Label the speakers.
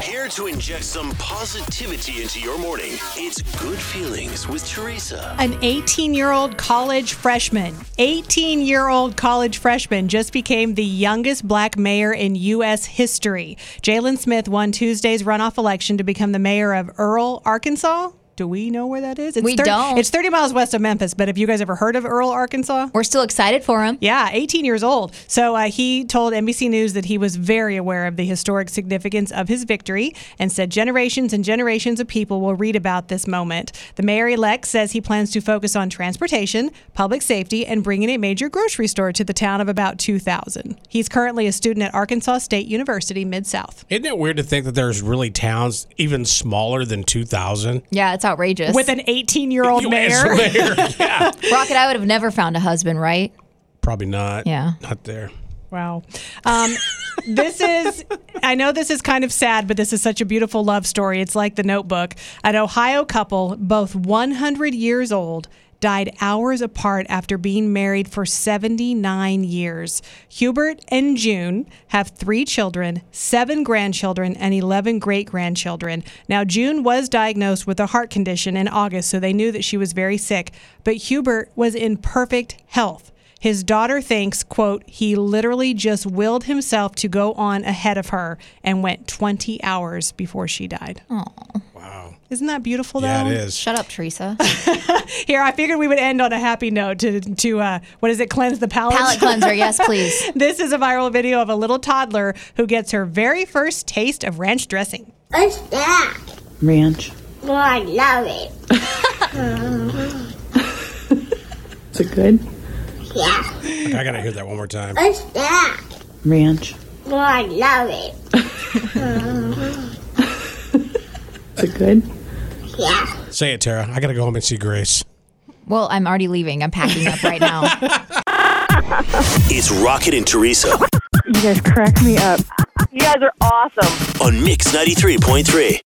Speaker 1: Here to inject some positivity into your morning. It's Good Feelings with Teresa.
Speaker 2: An 18 year old college freshman, 18 year old college freshman just became the youngest black mayor in U.S. history. Jalen Smith won Tuesday's runoff election to become the mayor of Earl, Arkansas. Do we know where that is? It's
Speaker 3: We don't.
Speaker 2: It's 30 miles west of Memphis, but have you guys ever heard of Earl, Arkansas?
Speaker 3: We're still excited for him.
Speaker 2: Yeah, 18 years old. So uh, he told NBC News that he was very aware of the historic significance of his victory and said generations and generations of people will read about this moment. The mayor elect says he plans to focus on transportation, public safety, and bringing a major grocery store to the town of about 2,000. He's currently a student at Arkansas State University, Mid South.
Speaker 4: Isn't it weird to think that there's really towns even smaller than 2,000?
Speaker 3: Yeah, it's outrageous.
Speaker 2: With an 18 year
Speaker 3: Oh,
Speaker 2: old mayor.
Speaker 4: yeah.
Speaker 3: Rocket, I would have never found a husband, right?
Speaker 4: Probably not.
Speaker 3: Yeah.
Speaker 4: Not there.
Speaker 2: Wow. Um, this is, I know this is kind of sad, but this is such a beautiful love story. It's like the notebook. An Ohio couple, both 100 years old, died hours apart after being married for 79 years. Hubert and June have three children, seven grandchildren, and 11 great grandchildren. Now, June was diagnosed with a heart condition in August, so they knew that she was very sick, but Hubert was in perfect health. His daughter thinks, quote, he literally just willed himself to go on ahead of her and went 20 hours before she died.
Speaker 4: Wow.
Speaker 2: Isn't that beautiful, though?
Speaker 4: Yeah, it is.
Speaker 3: Shut up, Teresa.
Speaker 2: Here, I figured we would end on a happy note to, to uh, what is it, cleanse the palate?
Speaker 3: Palate cleanser, yes, please.
Speaker 2: this is a viral video of a little toddler who gets her very first taste of ranch dressing.
Speaker 5: What's that?
Speaker 6: ranch.
Speaker 5: Oh, I love it.
Speaker 6: Is it good?
Speaker 5: Yeah.
Speaker 4: I got to hear that one more time.
Speaker 5: What's that?
Speaker 6: Ranch.
Speaker 5: Oh, I love it.
Speaker 6: Is it good?
Speaker 5: Yeah.
Speaker 4: Say it, Tara. I got to go home and see Grace.
Speaker 3: Well, I'm already leaving. I'm packing up right now.
Speaker 1: It's Rocket and Teresa
Speaker 6: You guys crack me up.
Speaker 7: You guys are awesome.
Speaker 1: on Mix 93.3.